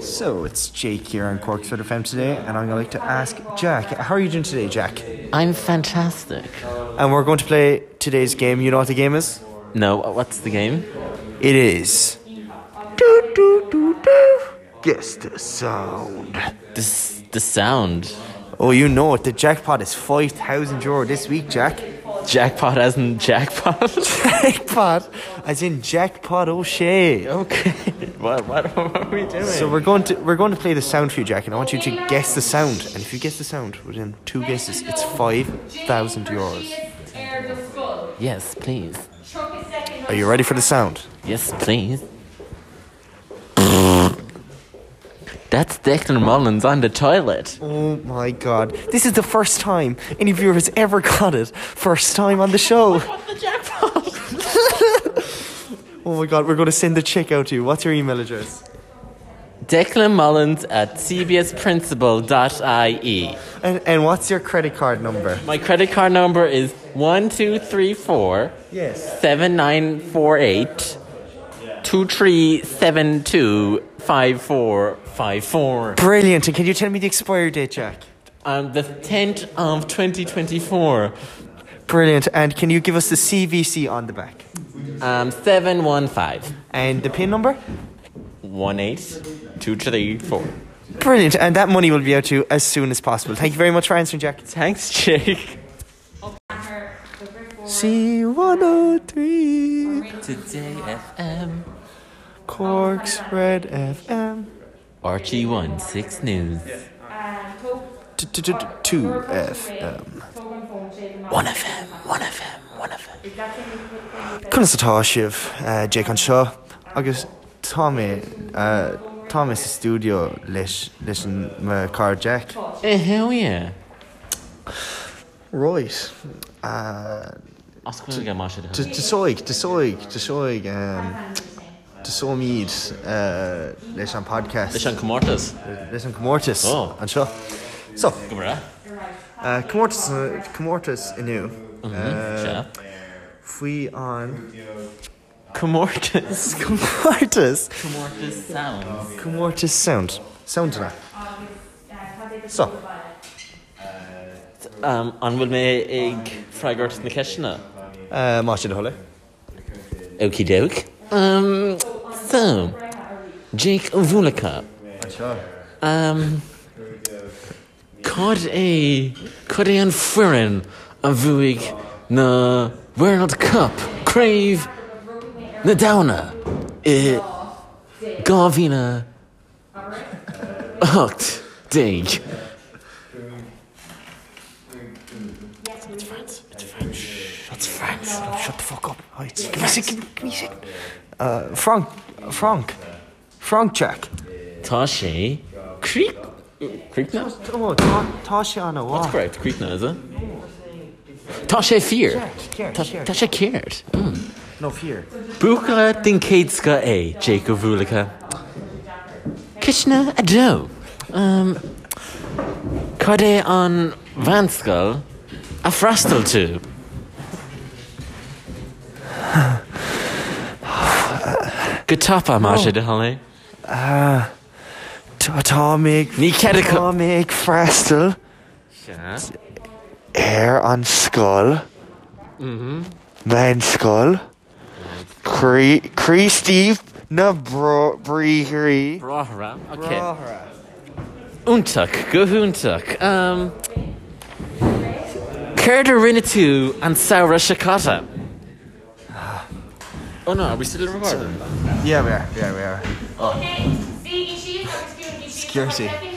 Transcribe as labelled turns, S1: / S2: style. S1: So it's Jake here on Corksford FM today, and I'm going to like to ask Jack, how are you doing today, Jack?
S2: I'm fantastic.
S1: And we're going to play today's game. You know what the game is?
S2: No, what's the game?
S1: It is. Do, do, do, do. Guess the sound.
S2: This the sound.
S1: Oh, you know it. The jackpot is 5,000 euro this week, Jack.
S2: Jackpot as in jackpot.
S1: Jackpot? As in jackpot oh, O'Shea.
S2: okay. What, what what are we doing?
S1: So we're going to we're going to play the sound for you, Jack, and I want you to guess the sound. And if you guess the sound within two guesses, it's five thousand euros.
S2: yes, please.
S1: Are you ready for the sound?
S2: Yes, please. That's Declan Mullins on the toilet.
S1: Oh my god. This is the first time any viewer has ever got it. First time on the show. oh my god, we're gonna send the check out to you. What's your email address?
S2: Declan Mullins at cbsprincipal.ie.
S1: And and what's your credit card number?
S2: E. My credit card number is one two three four.
S1: Yes.
S2: seven nine four eight two three seven two five four five four.
S1: Brilliant. And can you tell me the expiry date, Jack?
S2: Um, the tenth of twenty twenty four.
S1: Brilliant. And can you give us the CVC on the back?
S2: Um, seven one five
S1: And the PIN number?
S2: one eight two three four.
S1: Brilliant. And that money will be out to you as soon as possible. Thank you very much for answering, Jack.
S2: Thanks, Jake.
S1: C103
S2: Today FM
S1: Corks Red FM
S2: Archie one six news
S1: Two FM.
S2: one FM one FM one FM.
S1: Cúnas atá sibh eh, Jake an seo agus Tommy eh, Thomas is studio leis leis an ma car Jack.
S2: Eh, hell yeah.
S1: Right. Uh,
S2: Oscar got mashed
S1: Tá
S2: up.
S1: sóig tá sóig tá sóig tá sómíd eh, leis an podcast
S2: Sean Comortas.
S1: leis an commórtas
S2: Oh.
S1: an seo. So uh,
S2: Gomorrah.
S1: commórtas commórtas inniu
S2: Uh-huh. Mm-hmm.
S1: faoi an
S2: Comortas.
S1: commórtas
S2: Comortas sounds.
S1: commórtas sound soundna. So
S2: Um, an bhfuil mé ag freigart na ceisina.
S1: eh, má sin thola.
S2: Okie doke. Um, so, Jake Vulika. Um, cod é cod é an fuirin a bhuaig na World Cup Crave na E, downa i gáhína hocht dig.
S1: That's France. No, shut the fuck up. Oh, it's, give me a second. Give me a second. Uh, Frank, Frank, Frank Jack.
S2: Tá sé Creep Creepna?
S1: Oh, tá tá sé anna
S2: That's
S1: bhá.
S2: correct, Creepna is it? Tá sé fear.
S1: Ceart,
S2: Tá
S1: ceart,
S2: tá sé céirt.
S1: No fear.
S2: Búcha den céadca é Jake bhúlacha. Kisna a do. Um, Cad é an bhanscail a freistal tú. Go tapa má sé de hallé.
S1: Tá tá mig.
S2: Ní cead a
S1: Tá
S2: co-
S1: mig freistal. Air an skull. Mhm. Man skull. Cree Cree Steve na bro breery.
S2: Brahra. Okay. Untuck, go Huntuck. Um, Curd Rinitu and Saura Shakata. Oh no, are we still recording?
S1: Yeah, we are. Yeah, we are.
S3: Okay, see, she is obscurity.
S1: Security.
S3: Security.